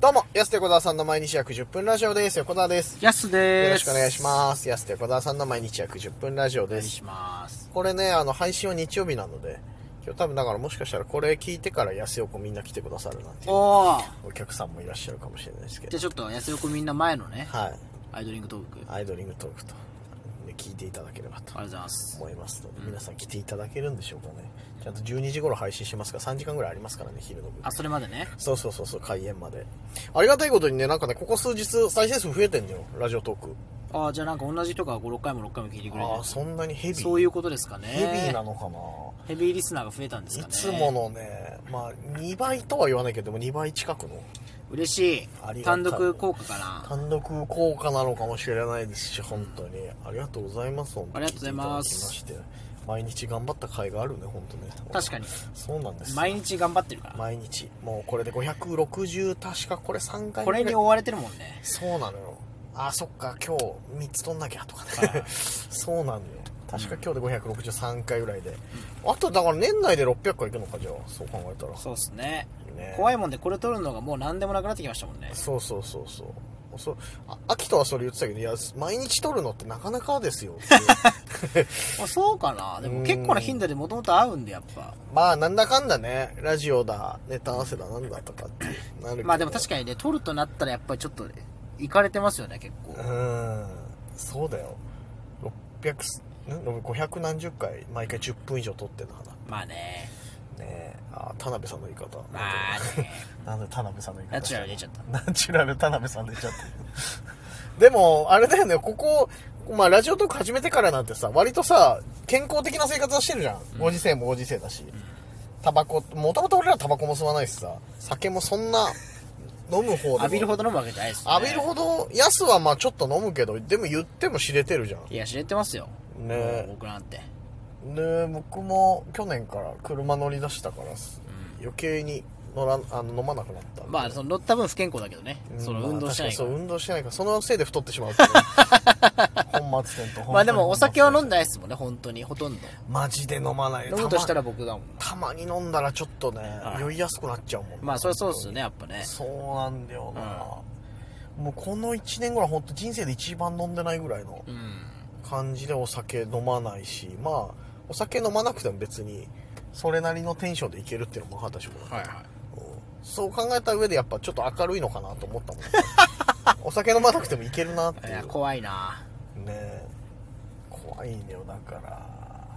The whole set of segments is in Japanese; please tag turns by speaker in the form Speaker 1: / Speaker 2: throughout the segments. Speaker 1: どうも、安手小沢さんの毎日約10分ラジオです。横澤です。
Speaker 2: やすで
Speaker 1: よろし
Speaker 2: す。
Speaker 1: くお願いします。安手小沢さんの毎日約10分ラジオ
Speaker 2: お願
Speaker 1: で
Speaker 2: い
Speaker 1: す。
Speaker 2: します。
Speaker 1: これね、あの、配信は日曜日なので、今日多分だからもしかしたらこれ聞いてから安横みんな来てくださるなんていう
Speaker 2: おー
Speaker 1: お客さんもいらっしゃるかもしれないですけ
Speaker 2: じ
Speaker 1: ど
Speaker 2: ゃあ。ちょっと、安横みんな前のね、
Speaker 1: はい。
Speaker 2: アイドリングトーク。ありが
Speaker 1: アイドリングトークと、ね、聞いていただければと
Speaker 2: とうございます。
Speaker 1: 思いますので、皆さん来ていただけるんでしょうかね。ちゃんと12時頃配信しますから、3時間ぐらいありますからね、昼の部。
Speaker 2: あ、それまでね。
Speaker 1: そうそうそうそう、開演まで。ありがたいことにね、なんかね、ここ数日再生数増えてんだよ、ラジオトーク。
Speaker 2: あーじゃあなんか同じ人が5、6回も6回も聞いてくれ
Speaker 1: ああ、
Speaker 2: る。
Speaker 1: そんなにヘビー。
Speaker 2: そういうことですかね。
Speaker 1: ヘビーなのかな、
Speaker 2: ヘビーリスナーが増えたんですか
Speaker 1: い
Speaker 2: ね。
Speaker 1: つものね、まあ、2倍とは言わないけど、でも2倍近くの
Speaker 2: 嬉し
Speaker 1: あり
Speaker 2: い。
Speaker 1: がたい
Speaker 2: 単独効果かな。
Speaker 1: 単独効果なのかもしれないですし、本当に。ありがとうございます、本当に
Speaker 2: ありがとうございます
Speaker 1: 聞てただきまして毎日頑張った甲斐があるね、本当ね。
Speaker 2: 確かに。
Speaker 1: そうなんです。
Speaker 2: 毎日頑張ってるから。
Speaker 1: 毎日。もうこれで560、確かこれ3回
Speaker 2: これに追われてるもんね。
Speaker 1: そうなのよあそっか今日3つ取んなきゃとかねそうなのよ確か今日で563回ぐらいで、あとだから年内で600回いくのかじゃあそう考えたら
Speaker 2: そうっすね。
Speaker 1: ね
Speaker 2: 怖いもんで、これ撮るのがもう何でもなくなってきましたもんね。
Speaker 1: そうそうそうそうそうあ秋とはそれ言ってたけどいや毎日取るのってなかなかですよって いう
Speaker 2: あそうかな。でも結構な頻度でもともと合うんで、やっぱ。
Speaker 1: まあなんだかんだねラジオだネタ合わせだなんだとかってなるけど
Speaker 2: まあでも確かにね、取るとなったらやっぱりちょっと、いかれてますよね、結構
Speaker 1: う。ーんそうだよ600ん500何十回毎回10分以上取ってんのかな
Speaker 2: まあね。
Speaker 1: ねえあー田辺さんの言い方
Speaker 2: まあね。
Speaker 1: なんで田辺さんの言い方
Speaker 2: ナチュラル出ちゃった。
Speaker 1: ナチュラル田辺さん出ちゃったでもあれだよねここまあラジオトーク始めてからなんてさ割とさ健康的な生活はしてるじゃん、ご時世もご時世だし、タバコもともと俺らタバコも吸わないしさ酒もそんな飲む方でも
Speaker 2: 浴びるほど飲むわけじゃないですね。
Speaker 1: 浴びるほどヤスはまあちょっと飲むけどでも言っても知れてるじゃん
Speaker 2: いや、知れてますよ。
Speaker 1: ね
Speaker 2: もう僕なんて。
Speaker 1: ね僕も去年から車乗り出したから、余計に乗らんあの飲まなくなった
Speaker 2: まあ、その乗った分不健康だけどね。その運動しな
Speaker 1: まあ確か
Speaker 2: い
Speaker 1: にそ
Speaker 2: か
Speaker 1: う
Speaker 2: ら。
Speaker 1: 運動してないからそのせいで太ってしまう っていう本末転倒
Speaker 2: まあでもお酒は飲ん
Speaker 1: で
Speaker 2: でないですもんね、本当に。ほとんど。
Speaker 1: マジで飲まない
Speaker 2: 飲むとした
Speaker 1: ら
Speaker 2: ら僕だもん。
Speaker 1: たまに飲んだらちょっとね、
Speaker 2: い
Speaker 1: 酔いやすくなっちゃうもんね
Speaker 2: まあ、それはそうですよね、やっぱね。
Speaker 1: そうなんだよな、もうこの1年ぐらい本当人生で一番飲んでないぐらいの
Speaker 2: うん。
Speaker 1: 感じでお酒飲まないしまあお酒飲まなくても別にそれなりのテンションでいけるっていうのも私も
Speaker 2: はいはい。
Speaker 1: そう考えた上でやっぱちょっと明るいのかなと思った もんお酒飲まなくてもいけるなって
Speaker 2: い
Speaker 1: い
Speaker 2: や、
Speaker 1: う
Speaker 2: 怖いな
Speaker 1: ねえ怖いんだよだから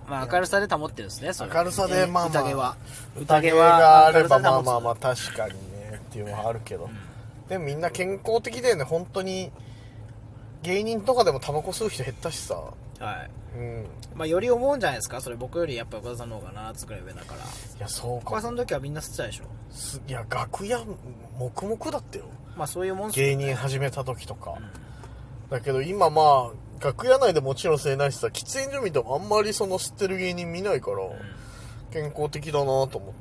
Speaker 2: まあ、明るさで保ってるんですね、それは
Speaker 1: 明るさでまあまあ
Speaker 2: 宴は。
Speaker 1: 宴があれば
Speaker 2: 宴は
Speaker 1: まあまあ
Speaker 2: 明るさで保つ
Speaker 1: まあ確かにねっていうのはあるけど、でもみんな健康的でね本当に芸人とかでもタバコ吸う人減ったしさ
Speaker 2: はい。
Speaker 1: うん
Speaker 2: まあ、より思うんじゃないですかそれ僕よりやっぱ岡田さんの方がなつぐらい上だから
Speaker 1: いやそう
Speaker 2: 岡田
Speaker 1: か
Speaker 2: さんの時はみんな吸ってたでしょ
Speaker 1: すいや楽屋黙々だってよ
Speaker 2: まあそういうもんっす
Speaker 1: 芸人始めた時とか、だけど今まあ楽屋内でもちろん吸えないしさ喫煙所見てもあんまりその吸ってる芸人見ないから、健康的だなと思っ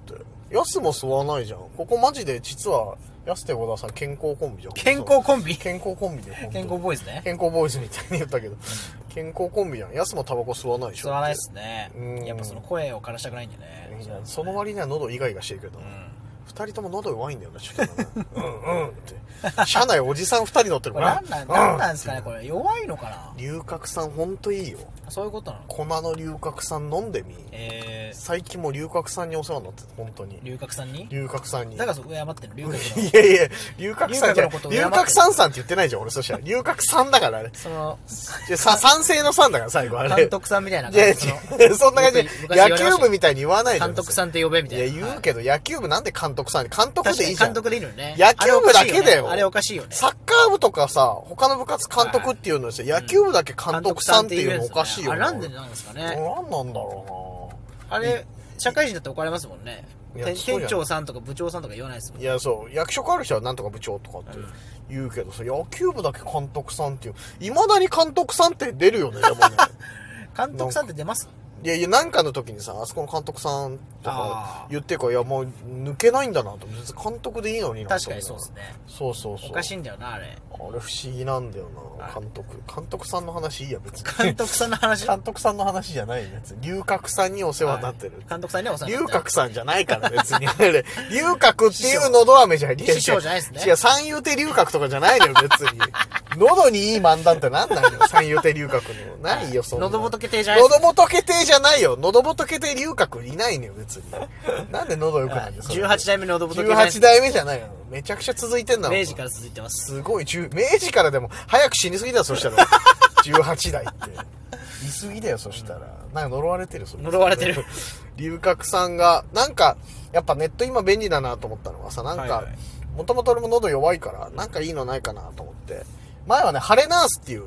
Speaker 1: てヤスも吸わないじゃんここマジで実はヤスと小田さん健康コンビじゃん
Speaker 2: 健康コンビ
Speaker 1: 健康コンビだよ本当
Speaker 2: 健
Speaker 1: に
Speaker 2: 康ボーイズね
Speaker 1: 健康ボーイズみたいに言ったけど健康コンビじゃんヤスもタバコ吸わないでしょ
Speaker 2: 吸わないっすね
Speaker 1: うん
Speaker 2: やっぱその声を枯らしたくないんでね
Speaker 1: いやその割には喉イガイガしてるけど、二人とも喉弱いんだよねちょっとねうんうんって車内おじさん二人乗ってる
Speaker 2: こ
Speaker 1: か
Speaker 2: れ
Speaker 1: ら
Speaker 2: 何なんなんなんですかねこれ弱いのかな
Speaker 1: 龍角散ほんといいよ
Speaker 2: そういうことなの
Speaker 1: 粉の龍角散飲んでみ
Speaker 2: え
Speaker 1: 最近もう龍角散にお世話になってた本当に
Speaker 2: ー龍角さんに
Speaker 1: 龍角散に
Speaker 2: だからそこ謝ってんの龍角の
Speaker 1: いやいや龍角散じゃ
Speaker 2: 龍角のことを
Speaker 1: 龍
Speaker 2: 敬って
Speaker 1: 角散さんって言ってないじゃん俺そしたら龍角散だからあれ
Speaker 2: その
Speaker 1: じ ゃさ賛成の散だから最後あれ
Speaker 2: 監督さんみたいない
Speaker 1: や
Speaker 2: 感
Speaker 1: い
Speaker 2: じの
Speaker 1: やそんな感じで
Speaker 2: よく昔言われ
Speaker 1: 野
Speaker 2: ましたよ
Speaker 1: 球部みたいに言わないじゃん
Speaker 2: 監督さんって呼べみた
Speaker 1: いや
Speaker 2: いな
Speaker 1: 言う
Speaker 2: ど
Speaker 1: けど野球部なんで監督さんに監督
Speaker 2: 確か
Speaker 1: でいい
Speaker 2: に
Speaker 1: じゃん
Speaker 2: 監督でいいのよね
Speaker 1: 野球部だけだよ
Speaker 2: あれおかしいよね
Speaker 1: サッカー部とかさ他の部活監督っていうのにさ野球部だけ監督さんっていうのおかしいよ
Speaker 2: あれなんで
Speaker 1: な
Speaker 2: なんですか
Speaker 1: 何
Speaker 2: ね
Speaker 1: なんだろうな
Speaker 2: あれ、社会人だって怒られますもんね。
Speaker 1: いや
Speaker 2: 店
Speaker 1: そうじゃない
Speaker 2: 店長さんとか部長さんとか言わないですもん
Speaker 1: いやそう役職ある人はなんとか部長とかって言うけどさ、野球部だけ監 督さんっていういまだに監督さんって出るよねでもね
Speaker 2: 監督さんって出ます
Speaker 1: いやいや、なんかの時にさ、あそこの監督さんとか
Speaker 2: あー
Speaker 1: 言ってるから、いや、もう抜けないんだなと。別に監督でいいのにな
Speaker 2: 確かにそうです
Speaker 1: ね。
Speaker 2: ね
Speaker 1: そうそうそう。
Speaker 2: おかしいんだよなあれ
Speaker 1: あれ不思議なんだよな、
Speaker 2: はい
Speaker 1: 監督。監督さんの話いいや、別に。
Speaker 2: 監督さんの話
Speaker 1: 監督さんの話じゃないやつ。龍角さんにお世話になってる。
Speaker 2: はい監督さんにはお世話に
Speaker 1: 龍
Speaker 2: なってる
Speaker 1: 角さんじゃないから、別に。あれ龍角っていうのど飴じゃん。
Speaker 2: 師匠じゃないですね
Speaker 1: 違う、三遊亭龍角とかじゃないのよ、別 に。喉にいい漫談ってなんなんよ、三遊亭龍角の。ないよ、そんな。
Speaker 2: 喉仏亭じゃないです
Speaker 1: 喉仏亭じゃないよ。喉仏亭龍角いないのよ、別に。なんで喉良くないんだよ、それ
Speaker 2: 18代目の喉仏亭じゃないです
Speaker 1: 18代目じゃないよ。めちゃくちゃ続いてんだもん。
Speaker 2: 明治から続いてます
Speaker 1: すごい、10明治からでも早く死にすぎだよ、そしたら。18代って。いすぎだよ、そしたら。なんか呪われてる、それ
Speaker 2: 呪われて る。
Speaker 1: 龍角さんが、なんか、やっぱネット今便利だなと思ったのはさ、なん
Speaker 2: はい
Speaker 1: か
Speaker 2: はい、
Speaker 1: もともと俺も喉弱いから、なんかいいのないかなと思って。前はね、ハレナースっていう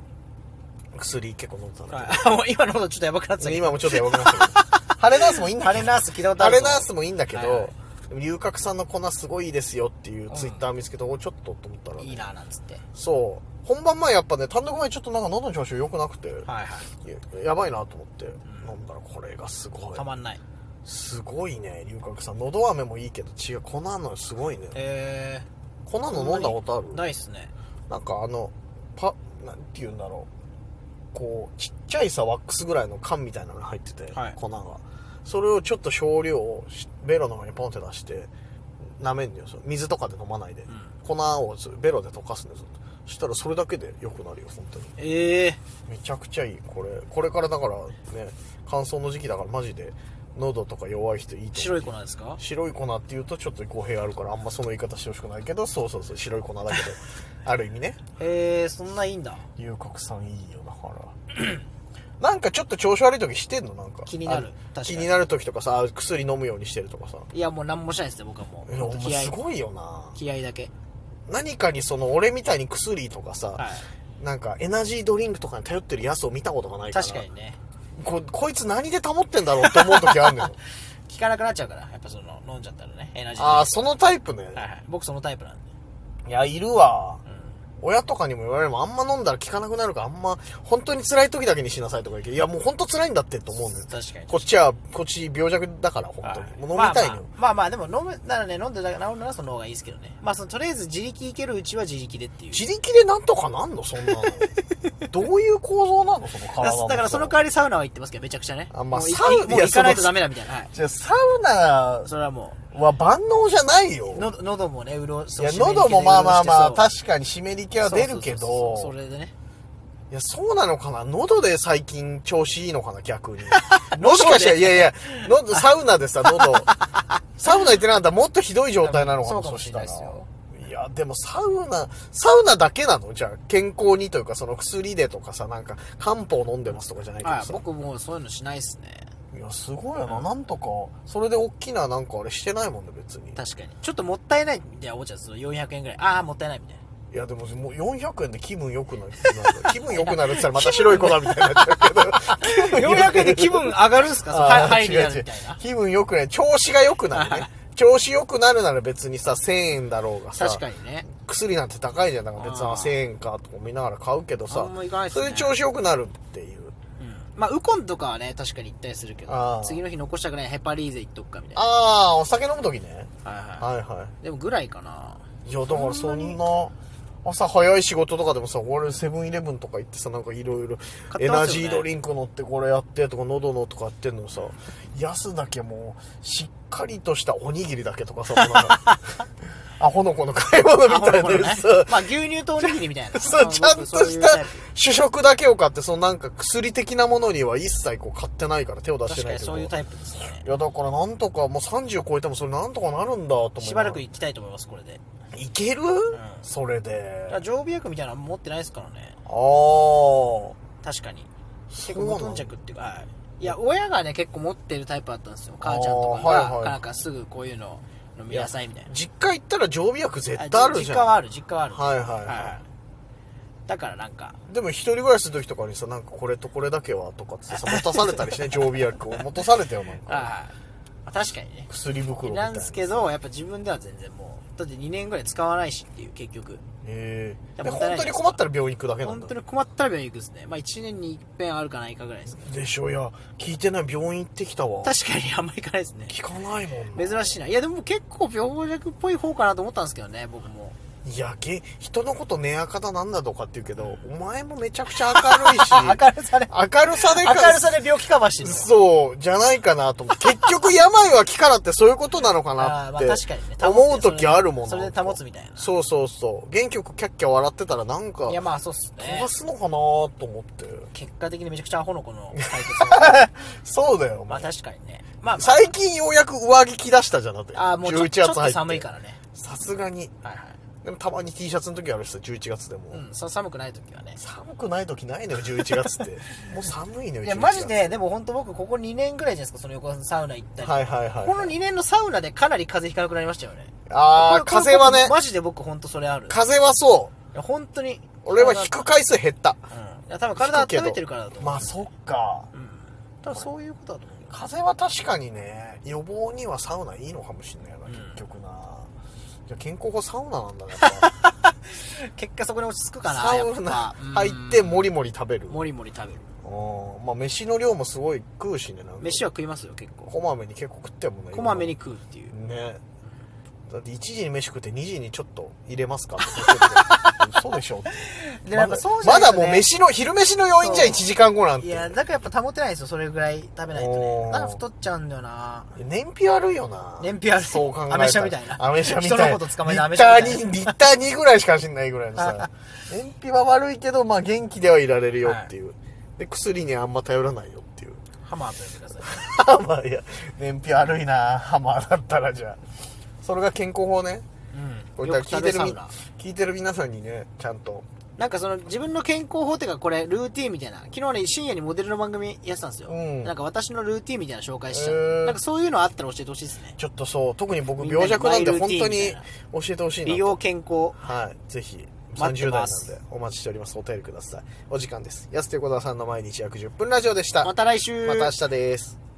Speaker 1: 薬結構飲んでたの。
Speaker 2: はいもう今のことちょっとやばくなってたけど
Speaker 1: 今もちょっとやばくなって る。ハレナースもいいんだ
Speaker 2: ハ
Speaker 1: けど
Speaker 2: レナース聞いたことあ
Speaker 1: あ
Speaker 2: る
Speaker 1: れ
Speaker 2: ぞ
Speaker 1: ナースもいいんだけど、
Speaker 2: はいはい
Speaker 1: でも龍角さんの粉すごいいいですよっていうツイッター見つけて、おちょっとと思ったらね、
Speaker 2: いいななんつっては
Speaker 1: そう本番前やっぱね単独前ちょっとなんか喉の調子良くなくて、
Speaker 2: いはい
Speaker 1: ややばいなと思って飲んだらこれがすごい
Speaker 2: たまんない
Speaker 1: すごいね龍角さん喉飴もいいけど違う粉のすごいね
Speaker 2: え
Speaker 1: 粉の飲んだことある
Speaker 2: ー、ないっすね
Speaker 1: なんかあのパなんて言うんだろうこうちっちゃいさワックスぐらいの缶みたいなのが入ってて、
Speaker 2: はい
Speaker 1: 粉がそれをちょっと少量をしベロの方にポンって出して舐めんのよそれ水とかで飲まないで、粉をずベロで溶かすんですそしたらそれだけで良くなるよ本当に
Speaker 2: ええ
Speaker 1: めちゃくちゃいいこれこれからだからね乾燥の時期だからマジで喉とか弱い人いいと思う
Speaker 2: 白い粉ですか
Speaker 1: 白い粉っていうとちょっと語弊あるからあんまその言い方してほしくないけどそうそうそう白い粉だけど ある意味ね
Speaker 2: えー、そんないいんだ
Speaker 1: 龍角散いいよだから なんかちょっと調子悪い時してんのなんか
Speaker 2: 気になる
Speaker 1: あの
Speaker 2: 確かに
Speaker 1: 気になる時とかさ薬飲むようにしてるとかさ
Speaker 2: いやもう何もしないですね僕はもう
Speaker 1: いやお
Speaker 2: ほんと気合
Speaker 1: 前すごいよな
Speaker 2: 気合だけ
Speaker 1: 何かにその俺みたいに薬とかさ、
Speaker 2: はい
Speaker 1: なんかエナジードリンクとかに頼ってるやつを見たことがないから
Speaker 2: 確かにね
Speaker 1: ここいつ何で保ってんだろうって思う時ある のよ
Speaker 2: 効かなくなっちゃうからやっぱその飲んじゃったらねエナジー
Speaker 1: ああ
Speaker 2: そ
Speaker 1: そのタイプね、
Speaker 2: はいはい僕そのタイプなんで
Speaker 1: い、やいるわ親とかにも言われるもんあんま飲んだら効かなくなるからあんま本当に辛い時だけにしなさいとか言うけどいやもう本当辛いんだってと思うんだよ
Speaker 2: 確かに
Speaker 1: こっちはこっち病弱だから本当に、もう飲みたいのよ、
Speaker 2: まあまあ、まあまあでも飲むならね飲んでだけ治るならその方がいいですけどねまあそのとりあえず自力いけるうちは自力でっていう
Speaker 1: 自力でなんとかなんのそんな のどういう構造なのその体
Speaker 2: だ
Speaker 1: の
Speaker 2: だからその代わりサウナは行ってますけどめちゃくちゃね
Speaker 1: あまあ
Speaker 2: もうい
Speaker 1: サウナ
Speaker 2: もう
Speaker 1: いや
Speaker 2: 行かないと
Speaker 1: その
Speaker 2: ダメだみたいなはい
Speaker 1: じゃあサウナ
Speaker 2: それはも
Speaker 1: は万能じゃないうよ
Speaker 2: の喉もねうろ
Speaker 1: いや喉もまあまあまあ確かに湿り気は
Speaker 2: か
Speaker 1: 出るけど
Speaker 2: それでね
Speaker 1: いやそうなのかな喉で最近調子いいのかな逆 にもしかしたらいやいや喉サウナでさ喉サウナ行ってなかったらもっとひどい状態なのか
Speaker 2: そ
Speaker 1: な
Speaker 2: うかもしれないですよ
Speaker 1: そしたらいやでもサウナサウナだけなのじゃあ健康にというかその薬でとかさなんか漢方飲んでますとかじゃないけど
Speaker 2: はい
Speaker 1: さ
Speaker 2: 僕もうそういうのしないっすね
Speaker 1: いや、すごいよな。なんとか、それで大きななんかあれしてないもんね、別に。
Speaker 2: 確かにちょっともったいないみたいな思っちゃうんですよ400円ぐらいああもったいないみたいない
Speaker 1: や、でも、もう400円で気分良くなる。気分良くなるって言ったらまた白い粉みたいになっちゃうけど。気分良くなる
Speaker 2: 400円で気分上がるんすかその
Speaker 1: あー
Speaker 2: はい
Speaker 1: 違う違う
Speaker 2: になるみたいな
Speaker 1: 気分良くない。調子が良くな るね。調子良くなるなら別にさ、1000円だろうがさ。
Speaker 2: 確かにね
Speaker 1: 薬なんて高いじゃん。だから別に
Speaker 2: あ
Speaker 1: あ
Speaker 2: ー
Speaker 1: 1000円かとか見ながら買うけど
Speaker 2: あ
Speaker 1: さ
Speaker 2: んま行かない。っす
Speaker 1: そ
Speaker 2: ね
Speaker 1: れで調子良くなるっていう。
Speaker 2: まあウコンとかはね確かに行ったりするけ
Speaker 1: あ
Speaker 2: ど
Speaker 1: ー
Speaker 2: 次の日残したくないヘパリーゼ行っとくかみたいな
Speaker 1: ああ、お酒飲むときね。
Speaker 2: はいは
Speaker 1: はいはい。
Speaker 2: いでもぐらいかない
Speaker 1: や、だからそんな、朝早い仕事とかでもさ、俺セブンイレブンとか行ってさ、なんかいろいろ、
Speaker 2: 買
Speaker 1: エ
Speaker 2: って
Speaker 1: ナ
Speaker 2: ますよね
Speaker 1: ジードリンク乗ってこれやってとか、喉のとかやってんのさ、安だけもう、しっかりとしたおにぎりだけとか さ、もうなんかアホの子の買い物みたい
Speaker 2: あほらほ
Speaker 1: で
Speaker 2: らね
Speaker 1: さ、
Speaker 2: まあ牛乳とおにぎりみたいな
Speaker 1: そう、ちゃんと
Speaker 2: そういう
Speaker 1: し
Speaker 2: タ
Speaker 1: た
Speaker 2: イプ
Speaker 1: 主食だけを買って、そのなんか薬的なものには一切こう買ってないから手を出してな
Speaker 2: 確か
Speaker 1: い
Speaker 2: に
Speaker 1: け
Speaker 2: そ
Speaker 1: ど。
Speaker 2: ういう
Speaker 1: い
Speaker 2: タイプですね
Speaker 1: や、だからなんとか、もう30超えてもそれなんとかなるんだと思う。
Speaker 2: しばらく行きたいと思いますこれで
Speaker 1: いける、それで
Speaker 2: だ。から常備薬みたいなの持ってないですからね
Speaker 1: ああ。
Speaker 2: 確かに
Speaker 1: そ
Speaker 2: 結
Speaker 1: う
Speaker 2: 構
Speaker 1: なの
Speaker 2: 無頓着っていうかはいいや親がね結構持ってるタイプだったんですよ母ちゃんとか
Speaker 1: あ
Speaker 2: が、
Speaker 1: ーはいはい
Speaker 2: なんかすぐこういうの飲みなさいみたいな
Speaker 1: 実家行ったら常備薬絶対あるじ
Speaker 2: 実家は
Speaker 1: ゃ
Speaker 2: ある実家はある
Speaker 1: はいはいはい
Speaker 2: だからなんか
Speaker 1: んでも一人暮らしする時とかにさなんかこれとこれだけはとかってさ持たされたりしない常備薬を持たされたよなんか
Speaker 2: ああ、確かにね。
Speaker 1: 薬袋みた
Speaker 2: ないん
Speaker 1: な
Speaker 2: ですけど、やっぱ自分では全然もう、だって2年ぐらい使わないしっていう、結局。
Speaker 1: ええ
Speaker 2: いやもったい
Speaker 1: 本
Speaker 2: ない
Speaker 1: 当に困ったら病院行くだけなん
Speaker 2: 本
Speaker 1: だ
Speaker 2: 当に困ったら病院行くですね。まあ1年に一遍あるかないかぐらいですね。
Speaker 1: でしょいや聞いてない病院行ってきたわ
Speaker 2: 確かにあんまり行かないですね。
Speaker 1: 聞かないもんな
Speaker 2: 珍しいな。いや、でも結構病弱っぽい方かなと思ったんですけどね、僕も。
Speaker 1: いやげ人のこと寝やかだなんだとかって言うけど、お前もめちゃくちゃ明るいし
Speaker 2: 明るさで、
Speaker 1: 明るさで
Speaker 2: 明るさで病気カバーしてるの。
Speaker 1: そうじゃないかなと思って結局病は気からってそういうことなのか
Speaker 2: あ
Speaker 1: な
Speaker 2: あ
Speaker 1: っ
Speaker 2: まあ
Speaker 1: て
Speaker 2: 確かにね。
Speaker 1: 思う時あるもんな
Speaker 2: それで保つみたいな。
Speaker 1: そうそうそう元気よくキャッキャ笑ってたらなんか
Speaker 2: いやまあそうっす
Speaker 1: 飛
Speaker 2: ね
Speaker 1: ば。すのかなと思って
Speaker 2: 結果的にめちゃくちゃアホの子の解決を。
Speaker 1: そうだよお
Speaker 2: まあ
Speaker 1: 前
Speaker 2: 確かにね。まあ、
Speaker 1: 最近ようやく上着着出したじゃんだって
Speaker 2: ああ、もうちょ
Speaker 1: 11
Speaker 2: ちょ
Speaker 1: 月
Speaker 2: っ
Speaker 1: 入
Speaker 2: と
Speaker 1: て
Speaker 2: 寒いからね。
Speaker 1: さすがに
Speaker 2: はいは
Speaker 1: でもたまに T シャツの時あるしさ11月でも、
Speaker 2: い。うん、そう寒くない時はね。
Speaker 1: 寒くない時ないのよ11月ってもう寒いのよ
Speaker 2: いや、
Speaker 1: 11月
Speaker 2: マジで、でも本当僕、ここ2年ぐらいじゃないですか、その横浜のサウナ行ったり。
Speaker 1: はいはいはい
Speaker 2: この2年のサウナでかなり風邪ひかなくなりましたよね。
Speaker 1: ああ
Speaker 2: これ
Speaker 1: 風はね
Speaker 2: これマジで僕、本当それある。い
Speaker 1: 風はそう
Speaker 2: や、本当に。
Speaker 1: 俺は引く回数減った
Speaker 2: うん。いや、多分体
Speaker 1: 引くけ
Speaker 2: 温
Speaker 1: ど
Speaker 2: めてるからだと思う。
Speaker 1: まあそっか
Speaker 2: うん。多分そういうことだと思うよ。
Speaker 1: 風邪は確かにね予防にはサウナいいのかもしれないな、
Speaker 2: うん
Speaker 1: 結局なじゃあ健康法サウナなんだねやっぱ
Speaker 2: 結果そこに落ち着くかな、
Speaker 1: サ
Speaker 2: やっ
Speaker 1: ウナ
Speaker 2: ぱ。
Speaker 1: 入って
Speaker 2: うん
Speaker 1: もりもり食べる
Speaker 2: もりもり食べる。
Speaker 1: うんまあ飯の量もすごい食うしねなんか
Speaker 2: 飯は食いますよ、結構。
Speaker 1: こまめに結構食ってもんね
Speaker 2: こまめに食うっていう。
Speaker 1: ねだって1時に飯食って2時にちょっと入れます かって嘘でしょ
Speaker 2: でもやっぱそうじゃ
Speaker 1: ま
Speaker 2: ない
Speaker 1: だ
Speaker 2: とね
Speaker 1: もう飯の昼飯の要因じゃ
Speaker 2: そ
Speaker 1: 1
Speaker 2: う
Speaker 1: 時間後なんて
Speaker 2: いや、だからやっぱ保てないですよ、それぐらい食べないと
Speaker 1: お
Speaker 2: ね
Speaker 1: ー。
Speaker 2: だから太っちゃうんだよな。
Speaker 1: 燃費悪いよな
Speaker 2: 燃費悪い
Speaker 1: そう考えたら
Speaker 2: アメ車みたいな
Speaker 1: アメ車みたいな
Speaker 2: 人のこと捕まえてアメ車みたい
Speaker 1: リッター
Speaker 2: な
Speaker 1: にリッター2ぐらいしか走んないぐらいの さ燃費は悪いけどまあ元気ではいられるよっていう、で薬にあんま頼らないよっていう
Speaker 2: ハマーと呼んでください。
Speaker 1: ハマーいや燃費悪いなハマーだったらじゃあそれが健康法ねこ
Speaker 2: うん。
Speaker 1: れ
Speaker 2: よ
Speaker 1: だ
Speaker 2: く
Speaker 1: から聞い
Speaker 2: 食べ
Speaker 1: て
Speaker 2: る
Speaker 1: る
Speaker 2: サ
Speaker 1: み
Speaker 2: ウナ。
Speaker 1: 聞いてる皆さんにねちゃんと
Speaker 2: なんかその自分の健康法っていうかこれルーティンみたいな昨日ね深夜にモデルの番組やってたんですよ、
Speaker 1: うん
Speaker 2: なんか私のルーティンみたいなの紹介し
Speaker 1: へ
Speaker 2: た
Speaker 1: ー
Speaker 2: なんかそういうのあったら教えてほしいですね
Speaker 1: ちょっとそう特に僕病弱なんで本当に教えてほしいな
Speaker 2: 美
Speaker 1: と
Speaker 2: 容健康
Speaker 1: はい、ぜひ。
Speaker 2: 待って
Speaker 1: 30代
Speaker 2: ま
Speaker 1: なん
Speaker 2: す
Speaker 1: でお待ちしております。お便りください。お時間です。安手小沢さんの毎日約10分ラジオでした。
Speaker 2: ま
Speaker 1: ま
Speaker 2: た来週
Speaker 1: た明日です。